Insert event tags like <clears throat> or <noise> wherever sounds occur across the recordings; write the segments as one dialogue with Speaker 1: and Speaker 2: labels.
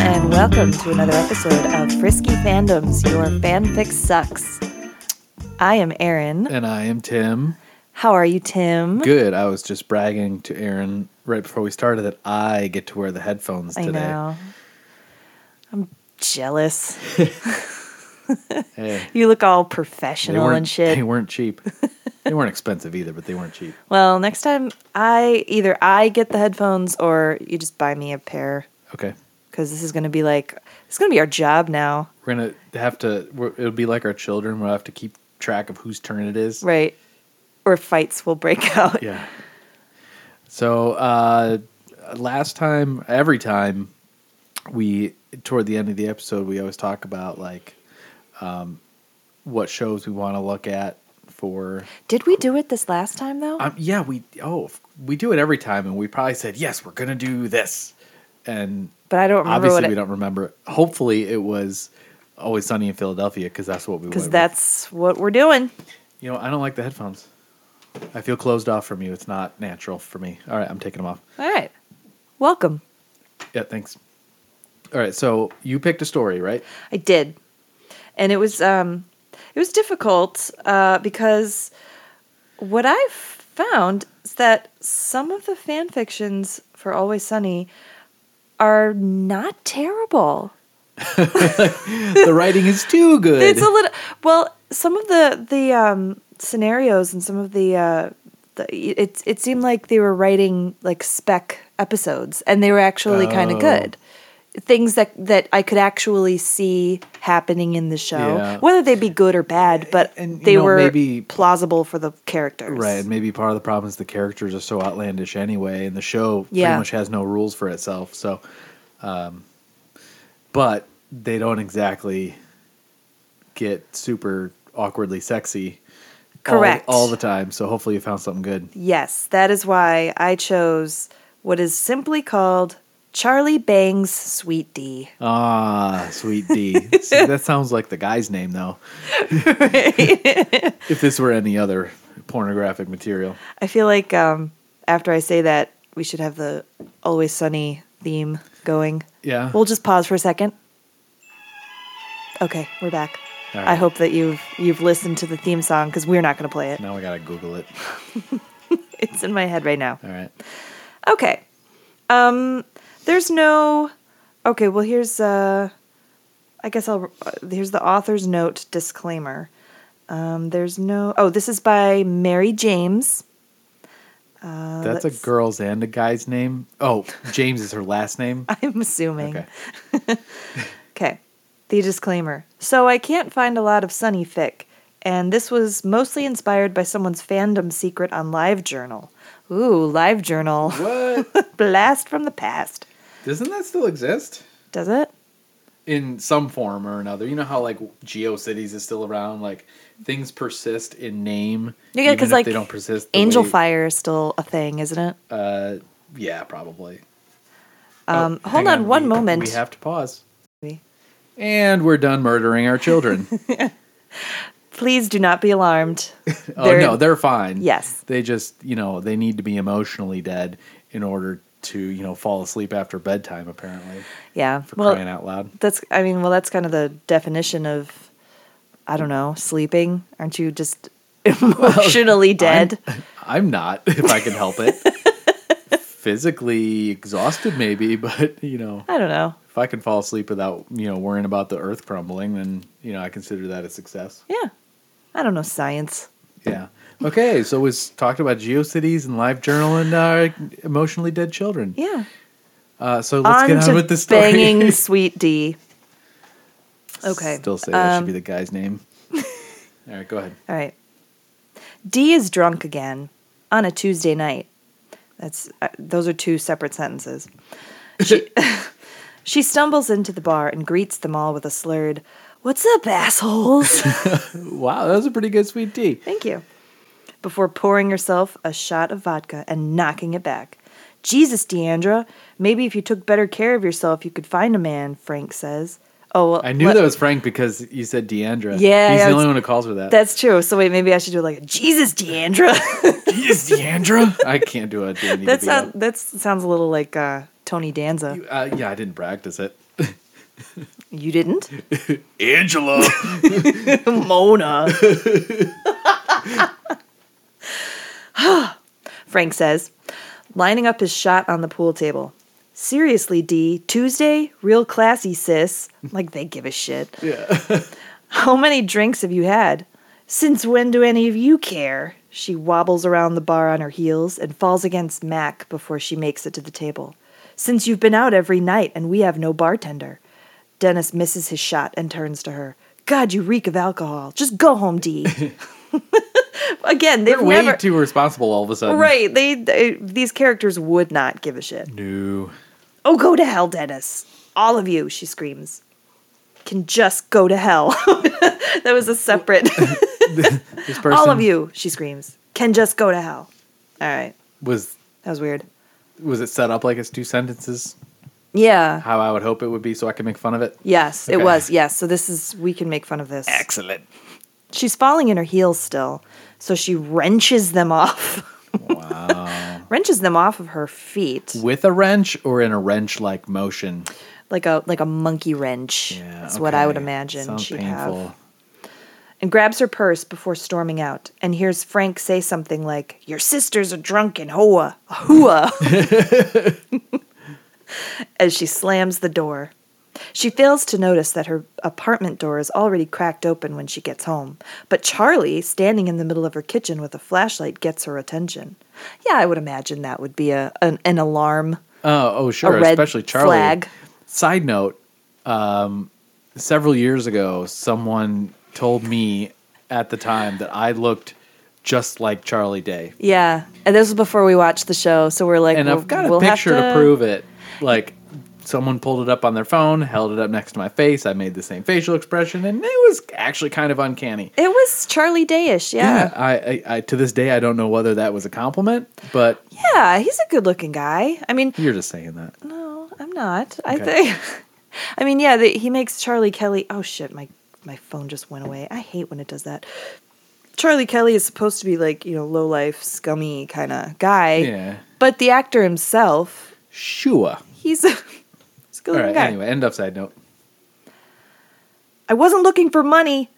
Speaker 1: welcome to another episode of Frisky Fandoms. Your fanfic sucks. I am Erin.
Speaker 2: And I am Tim.
Speaker 1: How are you, Tim?
Speaker 2: Good. I was just bragging to Aaron right before we started that I get to wear the headphones
Speaker 1: I
Speaker 2: today.
Speaker 1: know. I'm jealous.
Speaker 2: Hey,
Speaker 1: You look all
Speaker 2: they
Speaker 1: professional
Speaker 2: weren't-
Speaker 1: and shit.
Speaker 2: They
Speaker 1: <laughs>
Speaker 2: weren't cheap. they weren't expensive either, but they weren't cheap.
Speaker 1: Well, next time I either I get the headphones or you just buy me a pair
Speaker 2: Okay.
Speaker 1: because this is going to be like it's going to be our job now,
Speaker 2: We're going to have to, we're, it'll be like our children. We'll have to keep track of whose turn it is.
Speaker 1: right? Or fights will break <laughs> out.
Speaker 2: Yeah. So uh, last time, every time we toward the end of the episode, we always talk about like um, what shows we want to look at for.
Speaker 1: Did we do it this last time though?
Speaker 2: Um, yeah, we oh we do it every time, and we probably said yes, we're gonna do this, and
Speaker 1: but I don't remember
Speaker 2: obviously
Speaker 1: what
Speaker 2: we
Speaker 1: it,
Speaker 2: don't remember. Hopefully, it was always sunny in Philadelphia because that's what we
Speaker 1: because
Speaker 2: went with.
Speaker 1: that's what we're doing.
Speaker 2: You know, I don't like the headphones. I feel closed off from you. It's not natural for me. All right, I'm taking them off.
Speaker 1: All right. Welcome.
Speaker 2: Yeah, thanks. All right, so you picked a
Speaker 1: <laughs>
Speaker 2: story, right?
Speaker 1: I did, and it was um, it was difficult uh, because what I found is that some of the fan fictions for Always Sunny are not terrible.
Speaker 2: the writing is too good.
Speaker 1: It's a little well, some of the the um, scenarios and some of the. Uh, the, it it seemed like they were writing like spec episodes, and they were actually kind
Speaker 2: Oh.
Speaker 1: of good. Things that that I could actually see happening in the show,
Speaker 2: Yeah.
Speaker 1: whether they be good or bad, but
Speaker 2: And, you
Speaker 1: they
Speaker 2: know,
Speaker 1: were
Speaker 2: maybe-
Speaker 1: plausible for the characters.
Speaker 2: right, and maybe part of the problem is the characters are so outlandish anyway, and the show pretty
Speaker 1: Yeah.
Speaker 2: much has no rules for itself. So, um, but they don't exactly get super awkwardly sexy. all-
Speaker 1: Correct.
Speaker 2: All, the time. So hopefully you found something good.
Speaker 1: Yes, that is why I chose what is simply called Charlie Bang's Sweet D.
Speaker 2: Ah, sweet D. See,
Speaker 1: <laughs>
Speaker 2: that sounds like the guy's name though. <laughs> if this were any other pornographic material.
Speaker 1: I feel like um, after I say that, we should have the Always Sunny theme going.
Speaker 2: Yeah.
Speaker 1: We'll just pause for a second. Okay, we're back.
Speaker 2: All
Speaker 1: I
Speaker 2: right.
Speaker 1: hope that you've you've listened to the theme song because we're not going to play it.
Speaker 2: Now we gotta Google it.
Speaker 1: It's in my head right now.
Speaker 2: All right.
Speaker 1: Okay. Um there's no Okay, well here's uh I guess I'll uh, here's the author's note disclaimer. Um there's no Oh, this is by Mary James. <laughs>
Speaker 2: That's a
Speaker 1: Uh, let's-
Speaker 2: girl's and a guy's name. Oh, James is her last name.
Speaker 1: I'm assuming.
Speaker 2: Okay.
Speaker 1: Okay. The disclaimer. So I can't find a lot of Sunny fic, and this was mostly inspired by someone's fandom secret on LiveJournal. Ooh, <laughs> LiveJournal.
Speaker 2: What?
Speaker 1: Blast from the past.
Speaker 2: Doesn't that still exist?
Speaker 1: Does it?
Speaker 2: In some form or another. You know how like GeoCities is still around? Like things persist in name.
Speaker 1: Yeah, 'cause,
Speaker 2: even if
Speaker 1: like,
Speaker 2: they don't persist. the
Speaker 1: Angel
Speaker 2: way-
Speaker 1: Fire is still a thing, isn't it?
Speaker 2: Uh, yeah, probably.
Speaker 1: Um,
Speaker 2: Oh,
Speaker 1: hold
Speaker 2: hang
Speaker 1: on, one
Speaker 2: we-
Speaker 1: moment.
Speaker 2: We have to pause. And we're done murdering
Speaker 1: <laughs>
Speaker 2: our children.
Speaker 1: Please do not be alarmed. <laughs>
Speaker 2: <laughs> oh
Speaker 1: They're-
Speaker 2: no, they're fine.
Speaker 1: Yes.
Speaker 2: They just, you know, they need to be emotionally dead in order to, you know, fall asleep after bedtime apparently.
Speaker 1: Yeah.
Speaker 2: For
Speaker 1: Well,
Speaker 2: crying out loud.
Speaker 1: that's. I mean, well, that's kind of the definition of, I don't know, sleeping. Aren't you just <laughs> emotionally dead?
Speaker 2: I'm, <laughs> I'm not, <laughs> if I can help
Speaker 1: <laughs>
Speaker 2: it. Physically exhausted, maybe, <laughs> but you know,
Speaker 1: I don't know.
Speaker 2: if I can fall asleep without you know worrying about the earth crumbling, then you know I consider that a success.
Speaker 1: Yeah. I don't know science.
Speaker 2: Yeah. Okay, so we talked about GeoCities and Live Journal and uh, emotionally dead children.
Speaker 1: Yeah.
Speaker 2: Uh, so let's get on with the story. <laughs>
Speaker 1: banging sweet D. Okay.
Speaker 2: Still say that
Speaker 1: um,
Speaker 2: should be the
Speaker 1: <laughs>
Speaker 2: guy's name. All right, go ahead.
Speaker 1: All right. D is drunk again on a Tuesday night. That's uh, those are two separate sentences. She, she stumbles into the bar and greets them all with a slurred, "What's up,
Speaker 2: <laughs>
Speaker 1: assholes?"
Speaker 2: <laughs> Wow, that was a pretty good sweet tea.
Speaker 1: Thank you. Before pouring herself a shot of vodka and knocking it back. Jesus, Deandra, maybe if you took better care of yourself, you could find a man, Frank says. Oh, well,
Speaker 2: I knew
Speaker 1: let-
Speaker 2: that was Frank because you said Deandra.
Speaker 1: Yeah,
Speaker 2: he's
Speaker 1: I
Speaker 2: the
Speaker 1: was-
Speaker 2: only one who calls her that.
Speaker 1: That's true. So wait, maybe I should do it like a Jesus, Deandra.
Speaker 2: Is Deandra? I can't do it.
Speaker 1: that sounds that sounds a little like uh, Tony Danza.
Speaker 2: Uh, yeah, I didn't practice it.
Speaker 1: You didn't? <laughs>
Speaker 2: Angela.
Speaker 1: Mona. Frank says, lining up his shot on the pool table. Seriously, D, Tuesday? Real classy, sis. Like they give a shit.
Speaker 2: yeah.
Speaker 1: <laughs> How many drinks have you had? Since when do any of you care? She wobbles around the bar on her heels and falls against Mac before she makes it to the table. Since you've been out every night and we have no bartender. Dennis misses his shot and turns to her. God, you reek of alcohol. Just go home, Dee. <laughs> Again, they've
Speaker 2: <laughs> They're way
Speaker 1: never
Speaker 2: too responsible all of a sudden.
Speaker 1: right. They, they these characters would not give a shit.
Speaker 2: No.
Speaker 1: Oh, go to hell, Dennis. All of you, she screams. Can just go to hell. <laughs> that was a
Speaker 2: <laughs>
Speaker 1: separate.
Speaker 2: This person
Speaker 1: All of you, she screams, can just go to hell. All right.
Speaker 2: was
Speaker 1: That was weird.
Speaker 2: was it set up like it's two sentences?
Speaker 1: Yeah.
Speaker 2: How I would hope it would be, so I can make fun of it.
Speaker 1: Yes, it
Speaker 2: Okay.
Speaker 1: was. Yes. So this is, we can make fun of this.
Speaker 2: Excellent.
Speaker 1: She's falling in her heels still. So she wrenches them off,
Speaker 2: Wow.
Speaker 1: <laughs> wrenches them off of her feet
Speaker 2: With a wrench or in a wrench-like motion.
Speaker 1: like a, like a monkey wrench.
Speaker 2: Yeah,
Speaker 1: That's what I would
Speaker 2: okay.
Speaker 1: imagine
Speaker 2: Sounds
Speaker 1: she'd
Speaker 2: painful.
Speaker 1: have. And grabs her purse before storming out and hears Frank say something like, Your sister's a drunken hoa, a hua. <laughs> as she slams the door. She fails to notice that her apartment door is already cracked open when she gets home, but Charlie, standing in the middle of her kitchen with a flashlight, gets her attention. Yeah, I would imagine that would be a an, an alarm.
Speaker 2: Oh, oh, sure.
Speaker 1: red
Speaker 2: Especially Charlie.
Speaker 1: flag.
Speaker 2: Side note: um, several years ago, someone told me at the time that I looked just like Charlie Day,
Speaker 1: Yeah, and this was before we watched the show, so we're like,
Speaker 2: and
Speaker 1: we'll,
Speaker 2: I've got a
Speaker 1: we'll have
Speaker 2: picture to... prove it. Like someone pulled it up on their phone, held it up next to my face. I made the same facial expression, and it was actually kind of uncanny.
Speaker 1: It was Charlie Dayish,
Speaker 2: Yeah,
Speaker 1: yeah.
Speaker 2: I, I, I to this day I don't know whether that was a compliment, but
Speaker 1: yeah, he's a good-looking guy. I mean,
Speaker 2: you're just saying that.
Speaker 1: No, I'm not. I
Speaker 2: Okay.
Speaker 1: think. <laughs> I mean, yeah, the, he makes Charlie Kelly. Oh shit, my my phone just went away. I hate when it does that. Charlie Kelly is supposed to be like you know low life, scummy kind of guy.
Speaker 2: Yeah.
Speaker 1: But the actor himself,
Speaker 2: Sure.
Speaker 1: he's a, <laughs> he's a good
Speaker 2: All right.
Speaker 1: guy.
Speaker 2: Anyway, end of side note.
Speaker 1: I wasn't looking for money.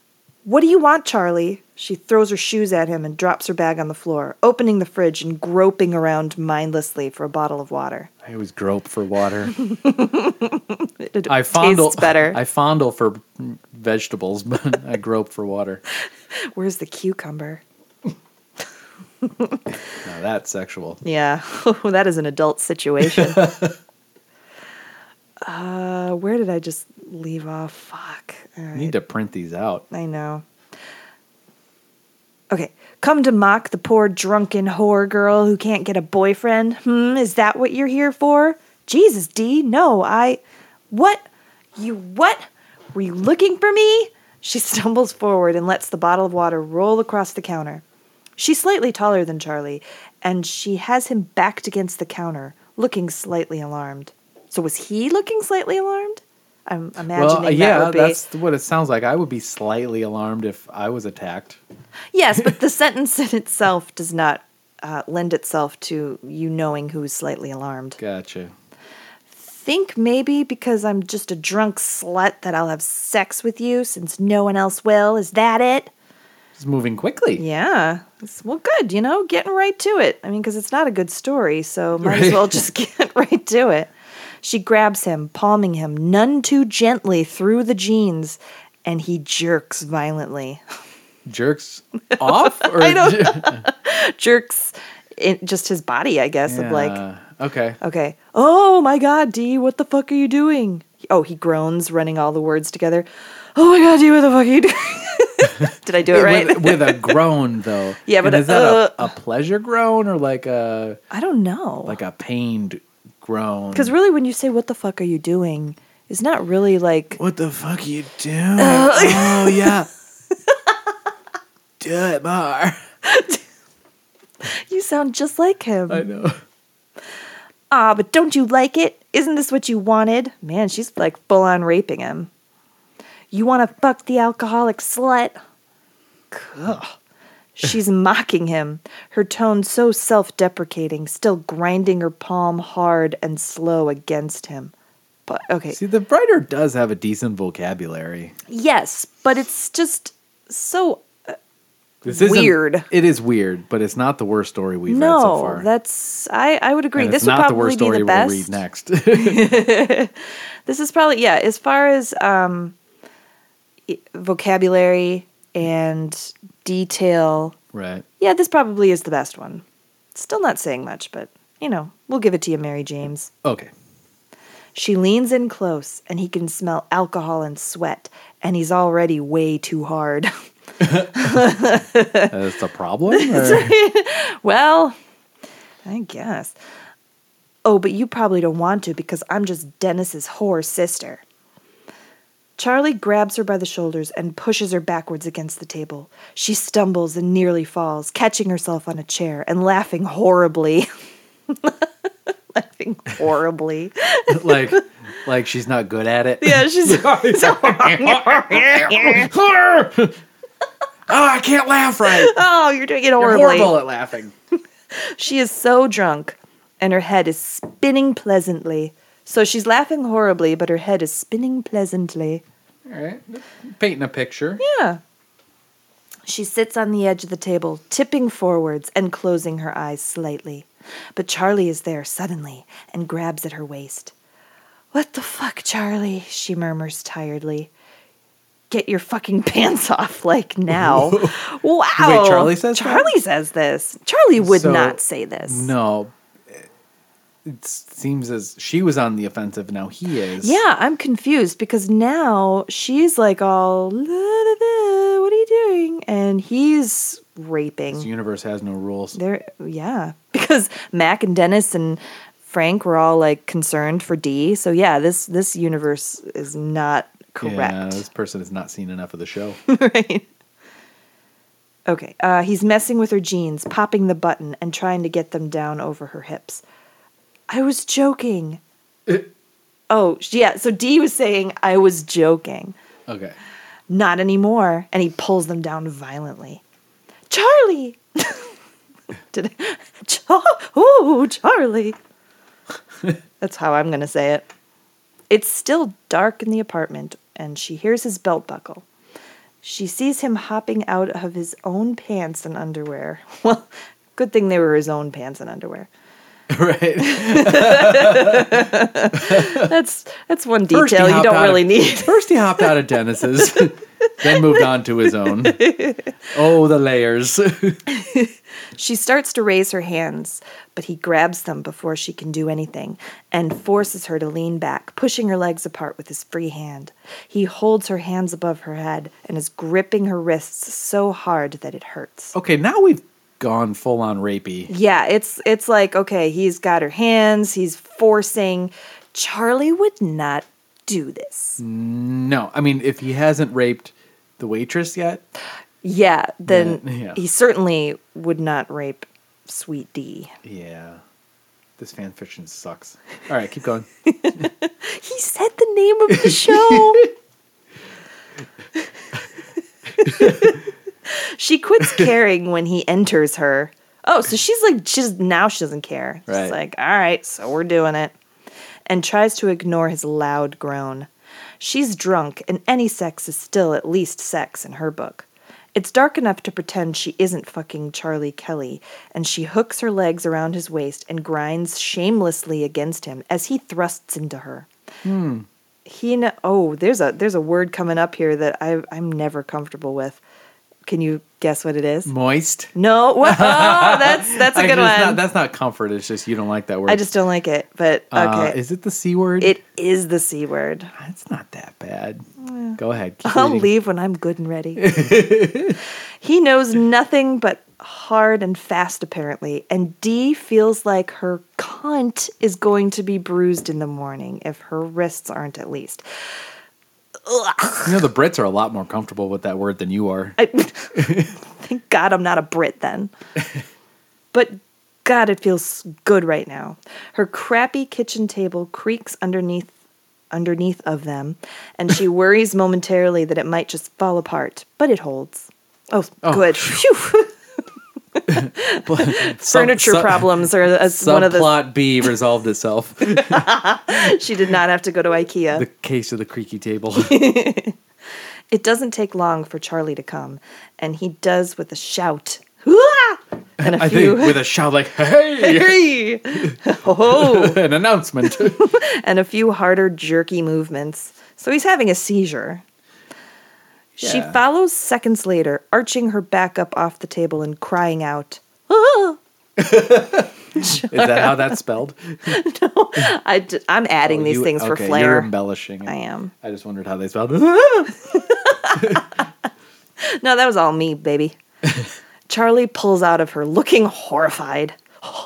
Speaker 1: What do you want, Charlie? She throws her shoes at him and drops her bag on the floor, opening the fridge and groping around mindlessly for a bottle of water.
Speaker 2: I always grope for water.
Speaker 1: It, it
Speaker 2: I fondle
Speaker 1: tastes better.
Speaker 2: <laughs> I fondle for vegetables, but I grope for water.
Speaker 1: Where's the cucumber?
Speaker 2: Now that's sexual.
Speaker 1: Yeah, <laughs> that is an adult situation. <laughs> uh, where did I just leave off? Fuck. Uh, All
Speaker 2: You need
Speaker 1: right.
Speaker 2: to print these out.
Speaker 1: I know. Okay, come to mock the poor drunken whore girl who can't get a boyfriend. Hmm, is that what you're here for? Jesus, D, no, I. What? You what? Were you looking for me? She <laughs> stumbles forward and lets the bottle of water roll across the counter. She's slightly taller than Charlie, and she has him backed against the counter, looking slightly alarmed. So was he looking slightly alarmed? I'm imagining
Speaker 2: Well,
Speaker 1: that
Speaker 2: yeah,
Speaker 1: would be.
Speaker 2: that's what it sounds like. I would be slightly alarmed if I was attacked.
Speaker 1: Yes, but the <laughs> sentence in itself does not uh, lend itself to you knowing who's slightly alarmed.
Speaker 2: Gotcha.
Speaker 1: Think maybe because I'm just a drunk slut that I'll have sex with you since no one else will. Is that it?
Speaker 2: It's moving quickly.
Speaker 1: Yeah. It's- well, good, you know, getting right to it. I mean, because it's not a good story, so <laughs> might as
Speaker 2: Right.
Speaker 1: well just get right to it. She grabs him, palming him none too gently through the jeans, and he jerks violently. <laughs>
Speaker 2: Jerks off or I <laughs>
Speaker 1: jerks in just his body, I guess, of like,
Speaker 2: okay.
Speaker 1: Okay. Oh my God, D, what the fuck are you doing? Oh, he groans, running all the words together. Oh my God, D, what the fuck are you doing? <laughs> Did I do it uh, right?
Speaker 2: With, with a groan though.
Speaker 1: <laughs> Yeah, but
Speaker 2: And
Speaker 1: a-
Speaker 2: is that
Speaker 1: uh,
Speaker 2: a, a pleasure groan or like a
Speaker 1: <laughs> I don't know.
Speaker 2: like a pained groan?
Speaker 1: because really, when you say "What the fuck are you doing," it's not really like
Speaker 2: What the fuck you doing?
Speaker 1: Uh,
Speaker 2: oh yeah.
Speaker 1: <laughs>
Speaker 2: Do it more.
Speaker 1: you sound just like him.
Speaker 2: I know.
Speaker 1: Ah, but don't you like it? Isn't this what you wanted? Man, she's like full on raping him. You want to fuck the alcoholic slut? Ugh.
Speaker 2: <laughs>
Speaker 1: She's mocking him, her tone so self deprecating, still grinding her palm hard and slow against him. But okay.
Speaker 2: See, the writer does have a decent vocabulary.
Speaker 1: Yes, but it's just so
Speaker 2: This is
Speaker 1: Weird.
Speaker 2: It is weird, but it's not the worst story we've read so
Speaker 1: no.
Speaker 2: far.
Speaker 1: that's I I would agree.
Speaker 2: And
Speaker 1: this
Speaker 2: it's
Speaker 1: would
Speaker 2: not
Speaker 1: probably
Speaker 2: the worst
Speaker 1: be
Speaker 2: story
Speaker 1: the best.
Speaker 2: we'll read next. <laughs>
Speaker 1: This is probably yeah. As far as um, i- vocabulary and detail,
Speaker 2: right.
Speaker 1: yeah, this probably is the best one. Still not saying much, but you know, we'll give it to you, Mary James.
Speaker 2: Okay.
Speaker 1: She leans in close, and he can smell alcohol and sweat, and he's already way too hard. <laughs>
Speaker 2: That's a problem? or-
Speaker 1: well, I guess. Oh, but you probably don't want to because I'm just Dennis's whore sister. Charlie grabs her by the shoulders and pushes her backwards against the table. She stumbles and nearly falls, catching herself on a chair and laughing horribly. <laughs> laughing horribly.
Speaker 2: <laughs> like like she's not good at it.
Speaker 1: <laughs> Yeah, she's
Speaker 2: <laughs> oh, I can't laugh right.
Speaker 1: <laughs> oh, you're doing it
Speaker 2: You're
Speaker 1: <laughs> horribly.
Speaker 2: horrible at laughing.
Speaker 1: She is so drunk, and her head is spinning pleasantly. So she's laughing horribly, but her head is spinning pleasantly.
Speaker 2: All right. Painting a picture.
Speaker 1: Yeah. She sits on the edge of the table, tipping forwards and closing her eyes slightly. But Charlie is there suddenly and grabs at her waist. What the fuck, Charlie? she murmurs tiredly. Get your fucking <laughs> pants off, like
Speaker 2: <laughs>
Speaker 1: now. wow.
Speaker 2: Wait, Charlie says that?
Speaker 1: Charlie says this. Charlie would
Speaker 2: So-
Speaker 1: not say this.
Speaker 2: No. It seems as she was on the offensive, now he is.
Speaker 1: Yeah, I'm confused because now she's like all, "La, la, la, what are you doing? And he's raping.
Speaker 2: This universe has no rules.
Speaker 1: There, yeah, <laughs> because Mac and Dennis and Frank were all like concerned for D. So yeah, this this universe is not
Speaker 2: Yeah,
Speaker 1: correct.
Speaker 2: this person has not seen enough of
Speaker 1: <laughs>
Speaker 2: the show.
Speaker 1: right. Okay. Uh, he's messing with her jeans, popping the button, and trying to get them down over her hips. I was joking. oh sh- yeah. So D was saying I was joking.
Speaker 2: Okay. <laughs>
Speaker 1: Not anymore. And he pulls them down violently. Charlie! <laughs> Did I, Char- Ooh, Charlie! That's how I'm going to say it. It's still dark in the apartment, and she hears his belt buckle. She sees him hopping out of his own pants and underwear. <laughs> Well, good thing they were his own pants and
Speaker 2: <laughs>
Speaker 1: underwear.
Speaker 2: right.
Speaker 1: That's that's one
Speaker 2: First he
Speaker 1: detail you
Speaker 2: hopped
Speaker 1: don't
Speaker 2: out of-
Speaker 1: really need.
Speaker 2: <laughs> First he hopped out of Dennis's, <laughs> then moved on to
Speaker 1: <laughs>
Speaker 2: his own. Oh, the layers. <laughs>
Speaker 1: She starts to raise her hands, but he grabs them before she can do anything and forces her to lean back, pushing her legs apart with his free hand. He holds her hands above her head and is gripping her wrists so hard that it hurts.
Speaker 2: okay, now we've gone full on rapey.
Speaker 1: Yeah, it's it's like okay, he's got her hands, he's forcing. Charlie would not do this.
Speaker 2: Mm. No, I mean, if he hasn't raped the waitress yet,
Speaker 1: Yeah, then
Speaker 2: Yeah, yeah.
Speaker 1: he certainly would not rape Sweet D.
Speaker 2: yeah, this fan fiction sucks. All right,
Speaker 1: <laughs>
Speaker 2: keep going.
Speaker 1: He said the name of the show. she quits caring when he enters her. Oh, so she's like, she's now she doesn't care. She's
Speaker 2: Right.
Speaker 1: like, all right, so we're doing it. And tries to ignore his loud groan. She's drunk, and any sex is still at least sex in her book. It's dark enough to pretend she isn't fucking Charlie Kelly, and she hooks her legs around his waist and grinds shamelessly against him as he thrusts into her he kn- oh there's a there's a word coming up here that I I'm never comfortable with. Can you guess what it is?
Speaker 2: Moist.
Speaker 1: No, <laughs> Whoa, that's that's a
Speaker 2: Actually,
Speaker 1: good
Speaker 2: it's not-
Speaker 1: one.
Speaker 2: that's not comfort. It's just you don't like that word.
Speaker 1: I just don't like it, but
Speaker 2: Uh,
Speaker 1: okay,
Speaker 2: is it the c word?
Speaker 1: it is the c word.
Speaker 2: It's not that bad. Go ahead. keep
Speaker 1: I'll
Speaker 2: reading.
Speaker 1: leave when I'm good and
Speaker 2: <laughs>
Speaker 1: ready. he knows nothing but hard and fast, apparently, and Dee feels like her cunt is going to be bruised in the morning if her wrists aren't at least.
Speaker 2: You know, the Brits are a lot more comfortable with that word than you are.
Speaker 1: I, thank God I'm not a Brit then. but God, it feels good right now. Her crappy kitchen table creaks underneath underneath of them, and
Speaker 2: <laughs>
Speaker 1: she worries momentarily
Speaker 2: Oh,
Speaker 1: that it might just fall apart, but it holds. Oh, good. Phew. <laughs> Furniture problems are that's one of the.
Speaker 2: Subplot B resolved itself.
Speaker 1: <laughs>
Speaker 2: the
Speaker 1: She did not have to go to IKEA.
Speaker 2: case of the
Speaker 1: <laughs>
Speaker 2: creaky table.
Speaker 1: It doesn't take long for Charlie to come, and he does with a shout. Hoo-ah! And a
Speaker 2: I
Speaker 1: few.
Speaker 2: think with a shout like, "Hey!"
Speaker 1: <laughs>
Speaker 2: <laughs>
Speaker 1: Hey! Oh,
Speaker 2: An announcement.
Speaker 1: <laughs> and a few harder jerky movements. So he's having a seizure. She
Speaker 2: Yeah.
Speaker 1: follows seconds later, arching her back up off the table and crying out, "Ah!"
Speaker 2: Is that how that's spelled?
Speaker 1: I am adding these
Speaker 2: Oh, You-
Speaker 1: things for
Speaker 2: okay, You're
Speaker 1: flair.
Speaker 2: embellishing. it.
Speaker 1: I am.
Speaker 2: I just wondered how they
Speaker 1: <laughs>
Speaker 2: spelled. it.
Speaker 1: No, that was all me,
Speaker 2: <laughs>
Speaker 1: baby. Charlie pulls out of her looking horrified. <gasps>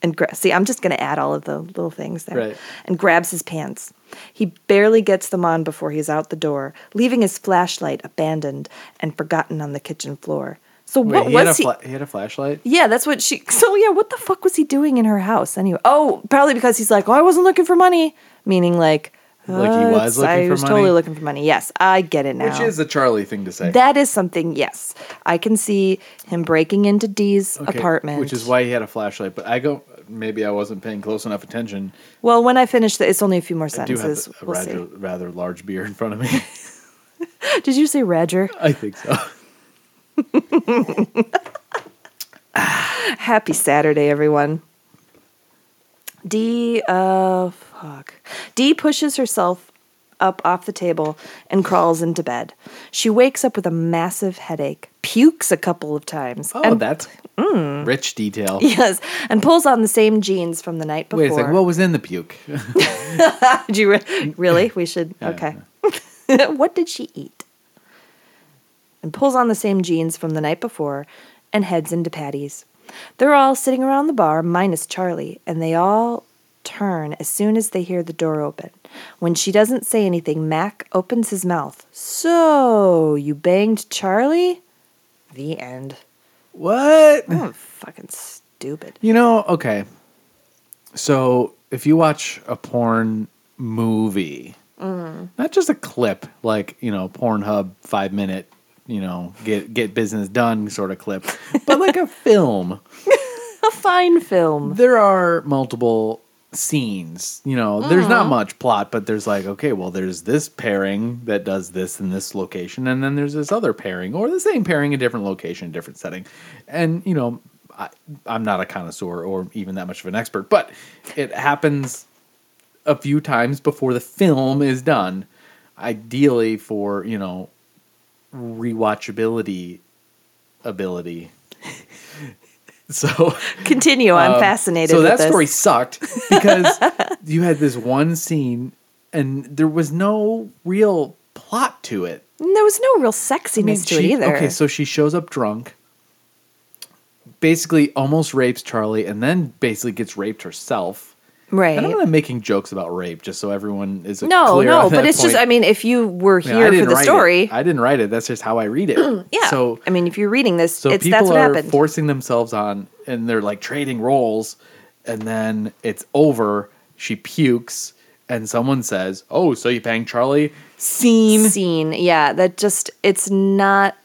Speaker 1: And gra- see, I'm just going to add all of the little things there.
Speaker 2: Right.
Speaker 1: And grabs his pants. He barely gets them on before he's out the door, leaving his flashlight abandoned and forgotten on the kitchen floor. So
Speaker 2: Wait,
Speaker 1: what
Speaker 2: he,
Speaker 1: was
Speaker 2: had a
Speaker 1: he?
Speaker 2: fla- he had a flashlight.
Speaker 1: yeah, that's what she. So yeah, what the fuck was he doing in her house anyway? Oh, probably because he's like, oh, I wasn't looking for money, meaning like,
Speaker 2: Like he
Speaker 1: "Uh,
Speaker 2: was
Speaker 1: it's-
Speaker 2: looking
Speaker 1: I
Speaker 2: for
Speaker 1: was
Speaker 2: money?
Speaker 1: totally looking for money. Yes, I get it now.
Speaker 2: Which is a Charlie thing to say.
Speaker 1: That is something, yes. I can see him breaking into Dee's
Speaker 2: Okay,
Speaker 1: apartment.
Speaker 2: Which is why he had a flashlight. But I go, maybe I wasn't paying close enough attention.
Speaker 1: Well, when I finish the, it's only a few more
Speaker 2: I do have
Speaker 1: sentences.
Speaker 2: a
Speaker 1: we'll
Speaker 2: rather, rather large beer in front of me. <laughs>
Speaker 1: see. Did you say Roger?
Speaker 2: I think
Speaker 1: <laughs>
Speaker 2: so.
Speaker 1: Happy Saturday, everyone. Dee, uh, fuck. Dee pushes herself up off the table and crawls into bed. She wakes up with a massive headache, pukes a couple of times,
Speaker 2: Oh,
Speaker 1: and mm.
Speaker 2: that's rich detail.
Speaker 1: <laughs> yes, and pulls on the same jeans from the night before.
Speaker 2: Wait a second. What was in the puke? <laughs>
Speaker 1: <laughs> Did you re- really? We should.
Speaker 2: Mm, Yeah,
Speaker 1: okay. <laughs> what did she eat? And pulls on the same jeans from the night before and heads into Patty's. They're all sitting around the bar, minus Charlie, and they all turn as soon as they hear the door open. When she doesn't say anything, Mac opens his mouth. So, you banged Charlie? The end.
Speaker 2: what?
Speaker 1: Oh, fucking stupid. <laughs>
Speaker 2: You know, okay. So if you watch a porn movie,
Speaker 1: Mm.
Speaker 2: not just a clip, like, you know, Pornhub five minute, you know, get get business done sort of clip,
Speaker 1: <laughs>
Speaker 2: but like a film,
Speaker 1: A fine film.
Speaker 2: there are multiple scenes. You know, there's not much plot, but there's like, okay, well, there's this pairing that does this in this location, and then there's this other pairing, or the same pairing, a different location, different setting. And, you know, I, I'm not a connoisseur or even that much of an expert, but it happens a few times before the film is done. Ideally, for, you know, rewatchability ability. <laughs> so
Speaker 1: Continue. I'm
Speaker 2: um,
Speaker 1: fascinated.
Speaker 2: So
Speaker 1: with
Speaker 2: that
Speaker 1: this.
Speaker 2: story sucked
Speaker 1: <laughs>
Speaker 2: because you had this one scene and there was no real plot to it.
Speaker 1: And there was no real sexiness to
Speaker 2: she-
Speaker 1: it either.
Speaker 2: Okay, so she shows up drunk, basically almost rapes Charlie, and then basically gets raped herself.
Speaker 1: right.
Speaker 2: And I'm not making jokes about rape, just so everyone is
Speaker 1: No,
Speaker 2: clear
Speaker 1: no,
Speaker 2: on that
Speaker 1: but it's
Speaker 2: point.
Speaker 1: just I mean, if you were
Speaker 2: You know, I
Speaker 1: here for
Speaker 2: didn't
Speaker 1: the
Speaker 2: write it.
Speaker 1: story,
Speaker 2: I didn't write it. That's just how I read it.
Speaker 1: <clears throat> yeah.
Speaker 2: So
Speaker 1: I mean, if you're reading this,
Speaker 2: So
Speaker 1: it's
Speaker 2: people
Speaker 1: that's what
Speaker 2: are
Speaker 1: happened.
Speaker 2: forcing themselves on, and they're like trading roles, and then it's over. She pukes, and someone says, "Oh, so you banged Charlie?" Scene.
Speaker 1: scene. Yeah, that just it's not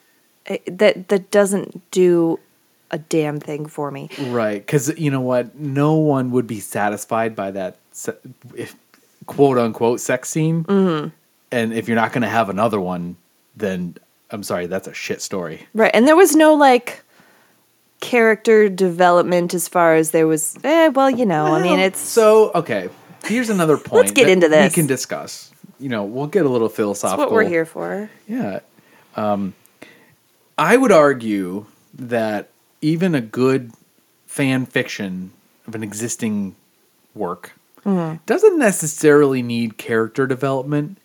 Speaker 1: it- that that doesn't do a damn thing for me.
Speaker 2: Right, because you know what? No one would be satisfied by that se- if, quote unquote sex scene.
Speaker 1: Mm-hmm.
Speaker 2: And if you're not going to have another one, then I'm sorry, that's a shit story.
Speaker 1: Right. And there was no like character development as far as there was eh, well, you know, I mean,
Speaker 2: Well,
Speaker 1: it's
Speaker 2: so okay. Here's another point.
Speaker 1: get
Speaker 2: that
Speaker 1: into this.
Speaker 2: We can discuss. You know, we'll get a little
Speaker 1: that's
Speaker 2: philosophical.
Speaker 1: what we're here for.
Speaker 2: Yeah. Um, I would argue that even a good fan fiction of an existing work
Speaker 1: Mm-hmm.
Speaker 2: doesn't necessarily need character development.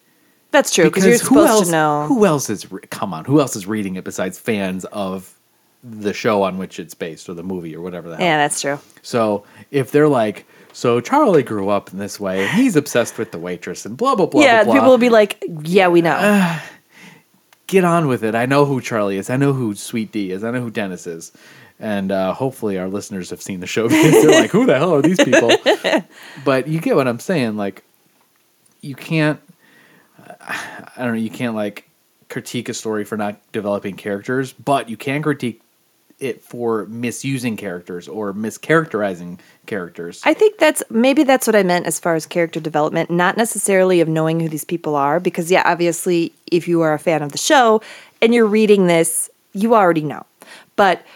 Speaker 1: That's true because you're
Speaker 2: who
Speaker 1: supposed
Speaker 2: else,
Speaker 1: to know.
Speaker 2: who else is re- come on? Who else is reading it besides fans of the show on which it's based or the movie or whatever the hell?
Speaker 1: yeah, that's true.
Speaker 2: So if they're like, so Charlie grew up in this way, and he's obsessed with the waitress and blah blah blah.
Speaker 1: yeah,
Speaker 2: blah, blah.
Speaker 1: people will be like, "Yeah, we know."
Speaker 2: get on with it. I know who Charlie is. I know who Sweet D is. I know who Dennis is. And uh, hopefully our listeners have seen the show <laughs> because they're like, who the hell are these people? but you get what I'm saying. Like, you can't, I don't know, you can't like critique a story for not developing characters, but you can critique it for misusing characters or mischaracterizing characters.
Speaker 1: I think that's maybe that's what I meant as far as character development, not necessarily of knowing who these people are, because yeah, obviously, if you are a fan of the show and you're reading this, you already know. But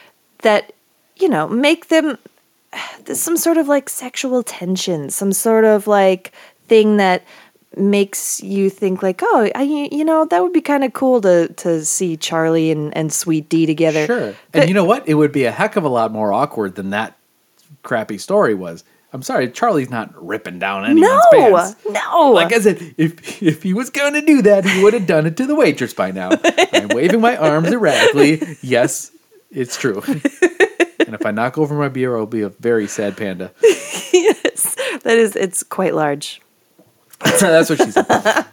Speaker 1: that, you know, make them <sighs> there's some sort of like sexual tension, some sort of like thing that makes you think like, oh, I, you know, that would be kind of cool to to see Charlie and and Sweet D together.
Speaker 2: Sure.
Speaker 1: But-
Speaker 2: and you know what? It would be a heck of a lot more awkward than that crappy story was. I'm sorry, Charlie's not ripping down anyone's
Speaker 1: no,
Speaker 2: pants.
Speaker 1: no.
Speaker 2: Like I said, if if he was going to do that, he would have done it to the waitress by now.
Speaker 1: <laughs>
Speaker 2: I'm waving my arms erratically. Yes, it's
Speaker 1: <laughs>
Speaker 2: true. and if I knock over my beer, I'll be a very sad panda. <laughs>
Speaker 1: yes, <laughs> that is. It's quite large.
Speaker 2: That's what she said.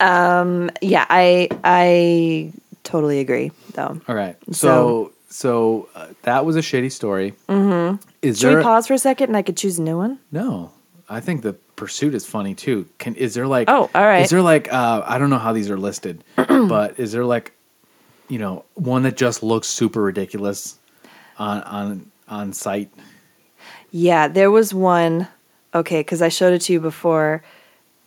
Speaker 1: Yeah, I I totally agree though.
Speaker 2: All right. So so, uh, that was a shitty story. Mm-hmm. Is
Speaker 1: Should
Speaker 2: there
Speaker 1: we pause for a second and I could choose a new one?
Speaker 2: No, I think the pursuit is funny too. Can is there like
Speaker 1: Oh, all right.
Speaker 2: Is there like uh, I don't know how these are listed, <clears throat> but is there like you know one that just looks super ridiculous on on on site?
Speaker 1: Yeah, there was one. Okay, because I showed it to you before,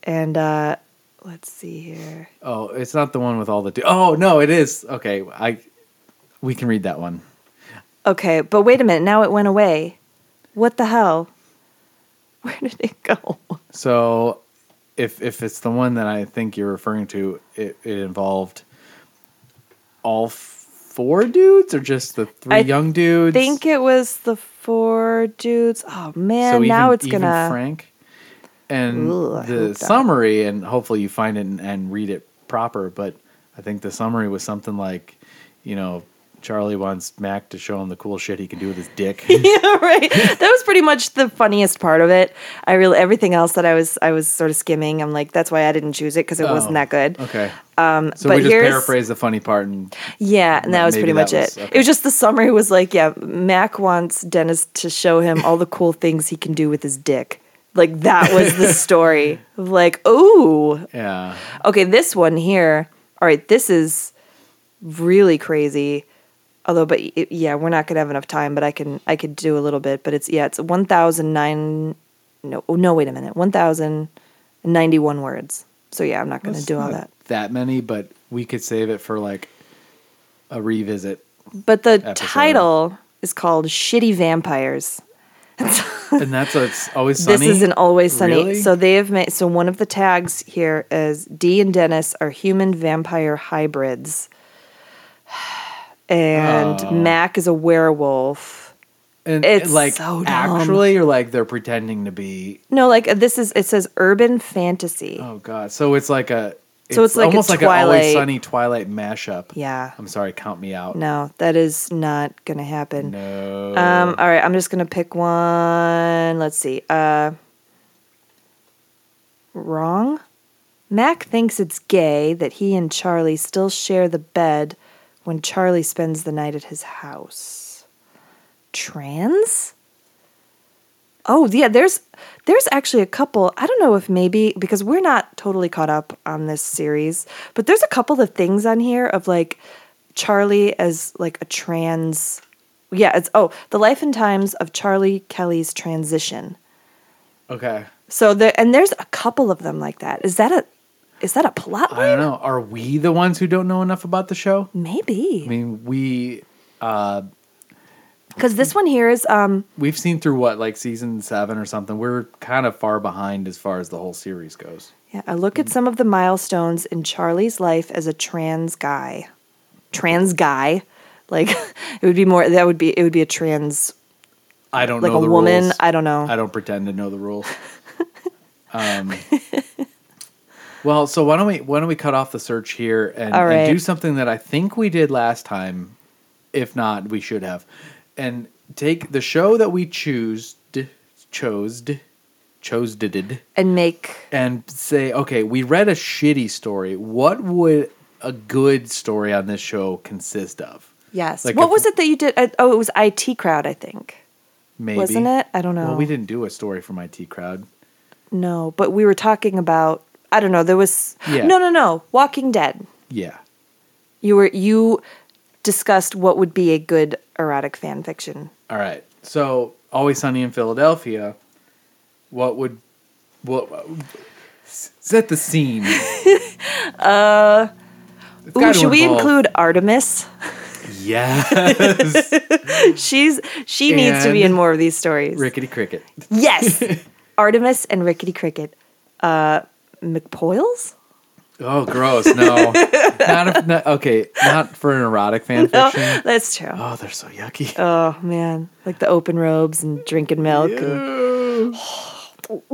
Speaker 1: and uh let's see here.
Speaker 2: Oh, it's not the one with all the. Do- oh no, it is. Okay, I we can read that one.
Speaker 1: Okay, but wait a minute. Now it went away. What the hell? <laughs> Where did it go?
Speaker 2: So, if if it's the one that I think you're referring to, it, it involved all f- four dudes or just the three
Speaker 1: I
Speaker 2: young dudes.
Speaker 1: think it was the four dudes. Oh man, now it's gonna.
Speaker 2: Frank. And
Speaker 1: Ooh, I
Speaker 2: the
Speaker 1: hope that-
Speaker 2: summary, and hopefully you find it and, and read it proper. But I think the summary was something like, you know, Charlie wants Mac to show him the cool shit he can do with his
Speaker 1: <laughs>
Speaker 2: dick.
Speaker 1: yeah, right. That was pretty much the funniest part of it. I really everything else that I was I was sort of skimming. I'm like, that's why I didn't choose it because it wasn't
Speaker 2: Oh,
Speaker 1: that good.
Speaker 2: okay.
Speaker 1: Um,
Speaker 2: So
Speaker 1: but
Speaker 2: we just
Speaker 1: here's
Speaker 2: paraphrase the funny part, and
Speaker 1: yeah, and that was
Speaker 2: maybe
Speaker 1: pretty much
Speaker 2: that was-
Speaker 1: it. It
Speaker 2: okay.
Speaker 1: was just the summary was like, yeah, Mac wants Dennis to show him all the cool things he can do with his dick. Like that was
Speaker 2: <laughs>
Speaker 1: the story. like, oh,
Speaker 2: yeah,
Speaker 1: Okay, this one here. All right, this is really crazy. Although, but y- yeah, we're not gonna have enough time. But I can I could do a little bit. But it's yeah, it's one thousand nine. No, oh, no, wait a minute, one thousand ninety one words. So yeah, I'm not gonna
Speaker 2: It's
Speaker 1: do all
Speaker 2: not
Speaker 1: that.
Speaker 2: That many, but we could save it for like a revisit,
Speaker 1: But the
Speaker 2: episode.
Speaker 1: title is called "Shitty Vampires."
Speaker 2: and that's a, it's always sunny.
Speaker 1: <laughs> This is an always sunny.
Speaker 2: Really?
Speaker 1: So they have made so one of the tags here is D and Dennis are human vampire hybrids. <sighs> And
Speaker 2: Oh.
Speaker 1: Mac is a werewolf.
Speaker 2: and
Speaker 1: it's
Speaker 2: like
Speaker 1: so dumb.
Speaker 2: actually, or like they're pretending to be
Speaker 1: No, like uh, this is it says urban fantasy.
Speaker 2: Oh god. So it's like a it's,
Speaker 1: So it's like a
Speaker 2: almost like an
Speaker 1: Twilight-
Speaker 2: always sunny Twilight mashup.
Speaker 1: Yeah.
Speaker 2: I'm sorry, count me out.
Speaker 1: No, that is not gonna happen.
Speaker 2: No.
Speaker 1: Um, all right, I'm just gonna pick one. Let's see. Uh, wrong. Mac thinks it's gay that he and Charlie still share the bed when Charlie spends the night at his house. Trans? Oh yeah, there's there's actually a couple. I don't know if maybe because we're not totally caught up on this series, but there's a couple of things on here of like Charlie as like a trans. Yeah, it's oh the life and times of Charlie Kelly's transition.
Speaker 2: okay.
Speaker 1: So there and there's a couple of them like that. Is that a is that a plot
Speaker 2: I
Speaker 1: line?
Speaker 2: don't know. Are we the ones who don't know enough about the show? I
Speaker 1: Maybe
Speaker 2: mean, we uh
Speaker 1: because this one here is um
Speaker 2: we've seen through what like season 7 or something. We're kind of far behind as far as the whole series goes.
Speaker 1: yeah I look at some of the milestones in Charlie's life as a trans guy, trans guy, like <laughs> it would be more that would be it would be a trans
Speaker 2: I don't
Speaker 1: like
Speaker 2: know
Speaker 1: a
Speaker 2: the
Speaker 1: woman
Speaker 2: rules.
Speaker 1: I don't know
Speaker 2: I don't pretend to know
Speaker 1: <laughs>
Speaker 2: the rules. um, well, so why don't we why don't we cut off the search here and,
Speaker 1: All
Speaker 2: and do
Speaker 1: right.
Speaker 2: something that I think we did last time. If not, we should have. And take the show that we choose chose chose did
Speaker 1: and make
Speaker 2: and say, okay, we read a shitty story. What would a good story on this show consist of?
Speaker 1: yes.
Speaker 2: Like
Speaker 1: what
Speaker 2: if-
Speaker 1: was it that you did? Uh, oh, it was IT crowd I think.
Speaker 2: Maybe
Speaker 1: Wasn't it? I don't know.
Speaker 2: Well, we didn't do a story from IT Crowd.
Speaker 1: No, but we were talking about I don't know. There was
Speaker 2: Yeah.
Speaker 1: no, no, no. Walking Dead.
Speaker 2: Yeah.
Speaker 1: You were you discussed what would be a good erotic fan fiction.
Speaker 2: All right. So Always Sunny in Philadelphia. What would what set the
Speaker 1: <laughs>
Speaker 2: scene?
Speaker 1: Uh,
Speaker 2: It's
Speaker 1: ooh,
Speaker 2: gotta
Speaker 1: should we
Speaker 2: involve-
Speaker 1: include Artemis? <laughs>
Speaker 2: Yes.
Speaker 1: She's she needs to be in
Speaker 2: And-
Speaker 1: more of these stories.
Speaker 2: Rickety cricket. <laughs>
Speaker 1: Yes, Artemis and Rickety Cricket. Uh, McPoyles.
Speaker 2: Oh, gross! No, not, if, not okay. Not for an erotic fan
Speaker 1: Oh,
Speaker 2: fiction.
Speaker 1: that's true.
Speaker 2: Oh, they're so yucky.
Speaker 1: Oh man, like the open robes and drinking milk. And,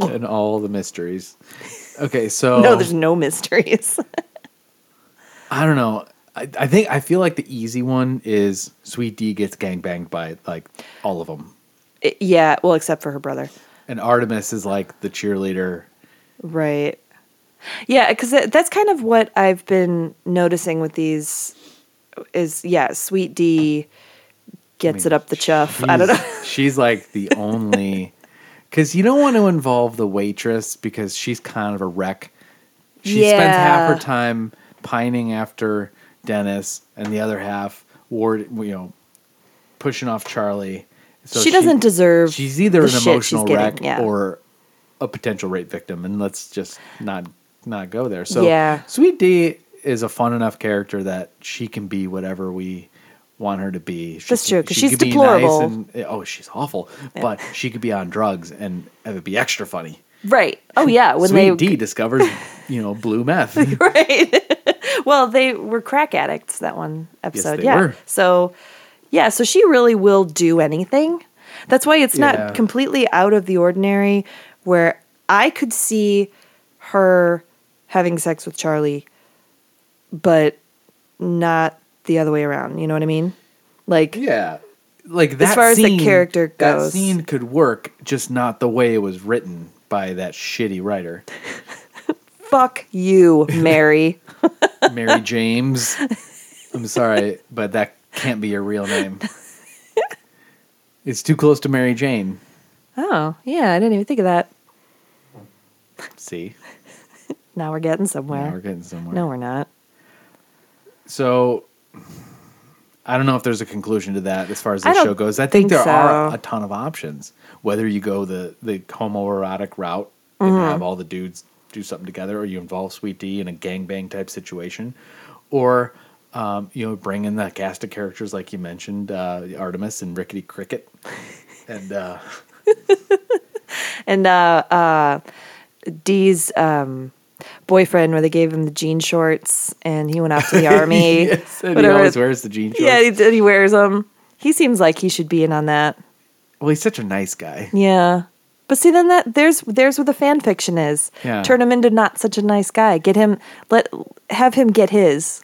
Speaker 2: and all the mysteries. Okay,
Speaker 1: <laughs>
Speaker 2: so
Speaker 1: No, there's no mysteries. <laughs>
Speaker 2: I don't know. I, I think I feel like the easy one is Sweet D gets gangbanged by like all of them,
Speaker 1: It- yeah, well, except for her brother,
Speaker 2: and Artemis is like the cheerleader.
Speaker 1: right? Yeah, because that's kind of what I've been noticing with these. Is yeah, Sweet D gets it up the chuff. I don't know. <laughs>
Speaker 2: She's- <laughs> She's like the only because you don't want to involve the waitress because she's kind of a wreck. She spends half
Speaker 1: Yeah.
Speaker 2: her time pining after Dennis, and the other half ward, you know, pushing off Charlie. So
Speaker 1: she doesn't deserve.
Speaker 2: She's either
Speaker 1: the
Speaker 2: an
Speaker 1: shit she's
Speaker 2: emotional
Speaker 1: getting,
Speaker 2: wreck
Speaker 1: yeah.
Speaker 2: or a potential rape victim, and let's just not not go there. So
Speaker 1: Yeah.
Speaker 2: Sweet D is a fun enough character that she can be whatever we want her to be. She
Speaker 1: That's
Speaker 2: can-
Speaker 1: true, 'cause
Speaker 2: she
Speaker 1: she's
Speaker 2: could be
Speaker 1: deplorable.
Speaker 2: and, oh, she's awful, but she could be on drugs and it would be extra funny.
Speaker 1: right. Oh yeah, when
Speaker 2: Sweet
Speaker 1: they
Speaker 2: D discovers, you know, blue meth.
Speaker 1: <laughs> right. well, they were crack addicts that one episode.
Speaker 2: they
Speaker 1: yeah.
Speaker 2: were.
Speaker 1: So, yeah, so she really will do anything. That's why it's
Speaker 2: Yeah.
Speaker 1: not completely out of the ordinary where I could see her having sex with Charlie, but not the other way around. You know what I mean? Like,
Speaker 2: yeah. Like that
Speaker 1: far as the
Speaker 2: scene-
Speaker 1: character
Speaker 2: that
Speaker 1: goes.
Speaker 2: scene could work, just not the way it was written by that shitty writer,
Speaker 1: fuck you,
Speaker 2: <laughs>
Speaker 1: Mary. <laughs>
Speaker 2: Mary James. I'm sorry, but that can't be your
Speaker 1: <laughs>
Speaker 2: real name. It's too close to Mary Jane.
Speaker 1: oh, yeah, I didn't even think of that.
Speaker 2: See,
Speaker 1: Now we're getting
Speaker 2: now
Speaker 1: somewhere.
Speaker 2: we're getting somewhere.
Speaker 1: no, we're not.
Speaker 2: So I don't know if there's a conclusion to that as far as the
Speaker 1: I don't
Speaker 2: show goes. I think,
Speaker 1: think
Speaker 2: there are
Speaker 1: so.
Speaker 2: a ton of options. Whether you go the the homoerotic route
Speaker 1: Mm-hmm.
Speaker 2: and have all the dudes do something together, or you involve Sweet D in a gangbang type situation, or um, you know, bring in the cast of characters like you mentioned, uh, Artemis and
Speaker 1: <laughs>
Speaker 2: Rickety Cricket, and uh,
Speaker 1: and uh, uh, Dee's um, boyfriend, where they gave him the jean shorts, and he went off
Speaker 2: <laughs>
Speaker 1: to the army.
Speaker 2: yes, and he
Speaker 1: whatever.
Speaker 2: always wears the jean shorts.
Speaker 1: Yeah, he, did, he wears them. He seems like he should be in on that.
Speaker 2: Well, he's such a
Speaker 1: <laughs>
Speaker 2: nice guy.
Speaker 1: Yeah, but see, then that there's there's where the fan fiction is.
Speaker 2: Yeah.
Speaker 1: Turn him into not such a nice guy. Get him let have him get his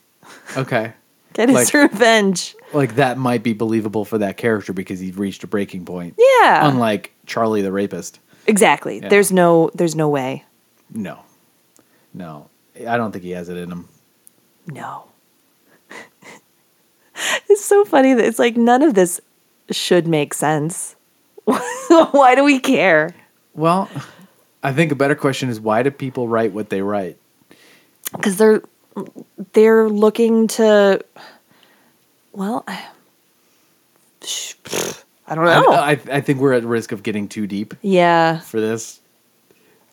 Speaker 2: Okay.
Speaker 1: get his
Speaker 2: Like-
Speaker 1: <laughs> revenge.
Speaker 2: like that might be believable for that character because he reached a breaking point.
Speaker 1: Yeah,
Speaker 2: Unlike Charlie the rapist.
Speaker 1: exactly.
Speaker 2: Yeah.
Speaker 1: There's no there's no way.
Speaker 2: No. No. I don't think he has it in him.
Speaker 1: No. <laughs> it's so funny that it's like none of this should make sense. <laughs> Why do we care?
Speaker 2: Well, I think a better question is why do people write what they write?
Speaker 1: Because they're they're looking to. Well, I sh- pfft, I don't know.
Speaker 2: I, I, I think we're at risk of getting too deep
Speaker 1: yeah,
Speaker 2: for this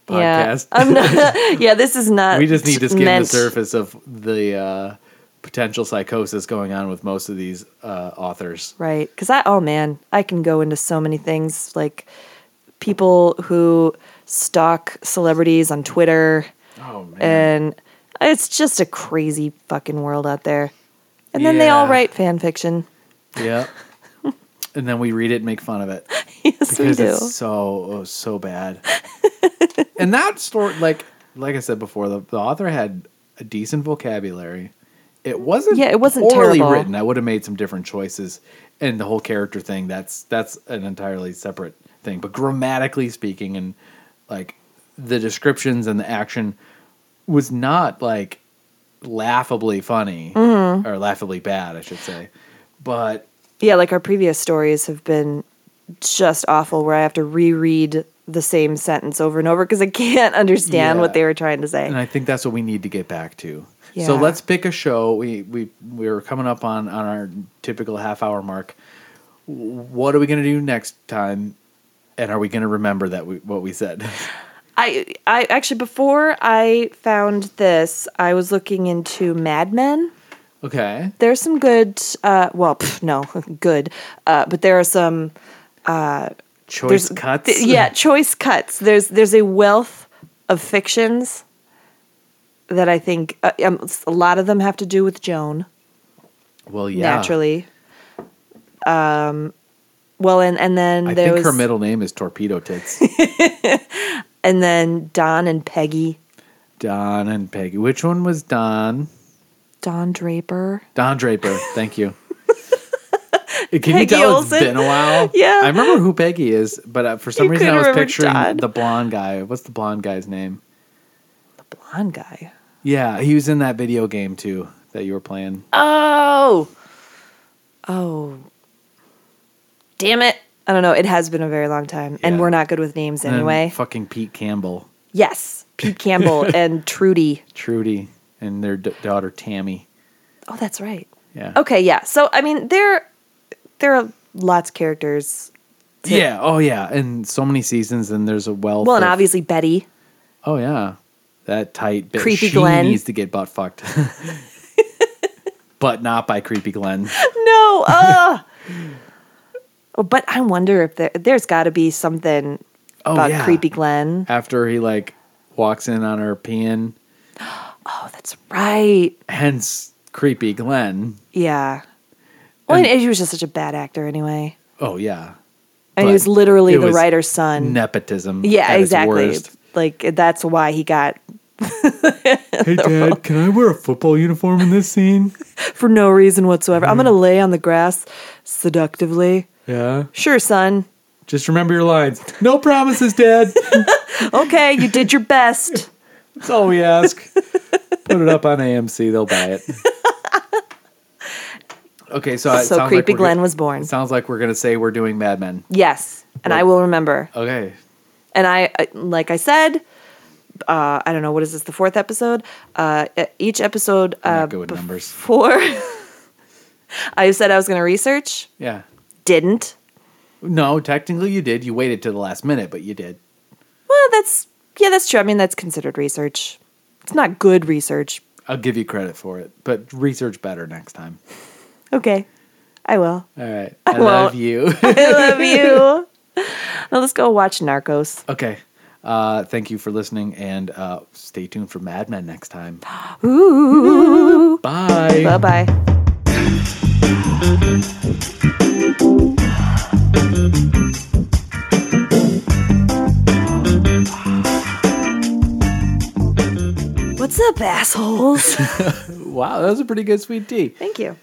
Speaker 1: yeah.
Speaker 2: podcast.
Speaker 1: I'm not. <laughs> yeah, this is not.
Speaker 2: we just need to skim the
Speaker 1: meant-
Speaker 2: surface of the uh, potential psychosis going on with most of these uh, authors.
Speaker 1: Right. Because I, oh man, I can go into so many things like people who stalk celebrities on Twitter.
Speaker 2: Oh, man.
Speaker 1: and it's just a crazy fucking world out there. And then they all
Speaker 2: Yeah.
Speaker 1: write fan fiction. <laughs>
Speaker 2: yeah. and then we read it and make fun of it.
Speaker 1: yes, we
Speaker 2: because
Speaker 1: do.
Speaker 2: it's so oh, so bad. and that story, like like I said before, the, the author had a decent vocabulary. It wasn't
Speaker 1: Yeah, it wasn't
Speaker 2: poorly
Speaker 1: terrible.
Speaker 2: written. I would have made some different choices, and the whole character thing that's that's an entirely separate thing. But grammatically speaking, and like the descriptions and the action was not like laughably funny
Speaker 1: Mm-hmm.
Speaker 2: or laughably bad, I should say. But
Speaker 1: Yeah, like our previous stories have been just awful, where I have to reread the same sentence over and over because I can't <laughs> understand
Speaker 2: Yeah.
Speaker 1: what they were trying to say.
Speaker 2: And I think that's what we need to get back to. So
Speaker 1: Yeah.
Speaker 2: let's pick a show. We we we are coming up on on our typical half hour mark. W- What are we going to do next time? And are we going to remember that we, what we said? <laughs>
Speaker 1: I I actually before I found this, I was looking into Mad Men.
Speaker 2: okay.
Speaker 1: There's some good uh well, <laughs> pff, no, good. Uh but there are some
Speaker 2: Choice
Speaker 1: there's-
Speaker 2: cuts.
Speaker 1: th- yeah, choice cuts. There's there's a wealth of fictions that I think uh, um, a lot of them have to do with Joan
Speaker 2: <laughs> Well, yeah.
Speaker 1: naturally. Um well and and then
Speaker 2: I
Speaker 1: there
Speaker 2: think
Speaker 1: was
Speaker 2: her middle name is
Speaker 1: <laughs>
Speaker 2: Torpedo Tits.
Speaker 1: and then Don and Peggy,
Speaker 2: Don and Peggy. Which one was Don?
Speaker 1: Don Draper.
Speaker 2: Don Draper.
Speaker 1: <laughs>
Speaker 2: Thank you. Can you
Speaker 1: Peggy
Speaker 2: tell
Speaker 1: Olson.
Speaker 2: it's been a while?
Speaker 1: Yeah.
Speaker 2: I remember who Peggy is, but uh, for some
Speaker 1: You
Speaker 2: reason I
Speaker 1: couldn't
Speaker 2: was
Speaker 1: remember
Speaker 2: picturing
Speaker 1: Don.
Speaker 2: the blonde guy. What's the blonde guy's name?
Speaker 1: The blonde guy.
Speaker 2: Yeah, he was in that video game too that you were playing.
Speaker 1: Oh. Oh. Damn it. I don't know. It has been a very long time. And
Speaker 2: Yeah.
Speaker 1: we're not good with names
Speaker 2: And
Speaker 1: anyway.
Speaker 2: fucking Pete Campbell,
Speaker 1: yes. Pete
Speaker 2: <laughs>
Speaker 1: Campbell and Trudy.
Speaker 2: Trudy, and their d- daughter Tammy.
Speaker 1: Oh, that's right.
Speaker 2: Yeah.
Speaker 1: Okay, yeah. So I mean there there are lots of characters.
Speaker 2: Yeah. Oh yeah. And so many seasons, and there's a wealth.
Speaker 1: Well, and
Speaker 2: of-
Speaker 1: obviously
Speaker 2: <laughs>
Speaker 1: Betty.
Speaker 2: Oh yeah, that tight bitch.
Speaker 1: Creepy
Speaker 2: she
Speaker 1: Glenn.
Speaker 2: needs to get butt fucked, <laughs> but not by creepy Glenn.
Speaker 1: No. Uh Oh, But I wonder if there there's got to be something
Speaker 2: Oh
Speaker 1: about
Speaker 2: yeah.
Speaker 1: creepy Glenn.
Speaker 2: After he like walks in on her peeing,
Speaker 1: Oh, that's right.
Speaker 2: hence creepy Glenn.
Speaker 1: Yeah. Well, and, he was just such a bad actor anyway.
Speaker 2: Oh yeah,
Speaker 1: I mean, he
Speaker 2: But
Speaker 1: was literally
Speaker 2: it
Speaker 1: the
Speaker 2: was
Speaker 1: writer's son.
Speaker 2: nepotism.
Speaker 1: yeah,
Speaker 2: at its
Speaker 1: exactly. <laughs>
Speaker 2: worst.
Speaker 1: Like that's why he got
Speaker 2: Hey Dad, can I wear a football uniform in this
Speaker 1: <laughs>
Speaker 2: scene?
Speaker 1: for no reason whatsoever. I'm
Speaker 2: Mm-hmm.
Speaker 1: gonna lay on the grass seductively.
Speaker 2: Yeah.
Speaker 1: Sure, son.
Speaker 2: Just remember your lines. No promises, Dad.
Speaker 1: Okay, you did your
Speaker 2: <laughs>
Speaker 1: best.
Speaker 2: That's all we ask. Put it up on AMC. They'll buy it.
Speaker 1: <laughs>
Speaker 2: Okay, so it
Speaker 1: So
Speaker 2: sounds
Speaker 1: Creepy
Speaker 2: like we're
Speaker 1: Glenn
Speaker 2: go-
Speaker 1: was born.
Speaker 2: It sounds like we're gonna say we're doing Mad Men.
Speaker 1: Yes, and I will remember.
Speaker 2: Okay.
Speaker 1: And I, I- like I said, uh, I don't know what is this the fourth episode. Uh, e- each episode
Speaker 2: I'm
Speaker 1: uh,
Speaker 2: not good with numbers.
Speaker 1: before <laughs> I said I was gonna research,
Speaker 2: Yeah.
Speaker 1: didn't.
Speaker 2: No, technically you did. You waited to the last minute, but you did.
Speaker 1: Well, that's yeah, that's true. I mean, that's considered research. It's not good research.
Speaker 2: I'll give you credit for it, but research better next time.
Speaker 1: Okay, I will. <laughs>
Speaker 2: All right. I
Speaker 1: won't.
Speaker 2: love you. <laughs>
Speaker 1: I love you. Now let's go watch Narcos.
Speaker 2: okay. Uh, thank you for listening, and uh, stay tuned for Mad Men next time.
Speaker 1: <gasps> Ooh.
Speaker 2: Bye.
Speaker 1: Bye bye. What's up, assholes?
Speaker 2: Wow, that was a pretty good sweet
Speaker 1: <laughs>
Speaker 2: tea.
Speaker 1: Thank you.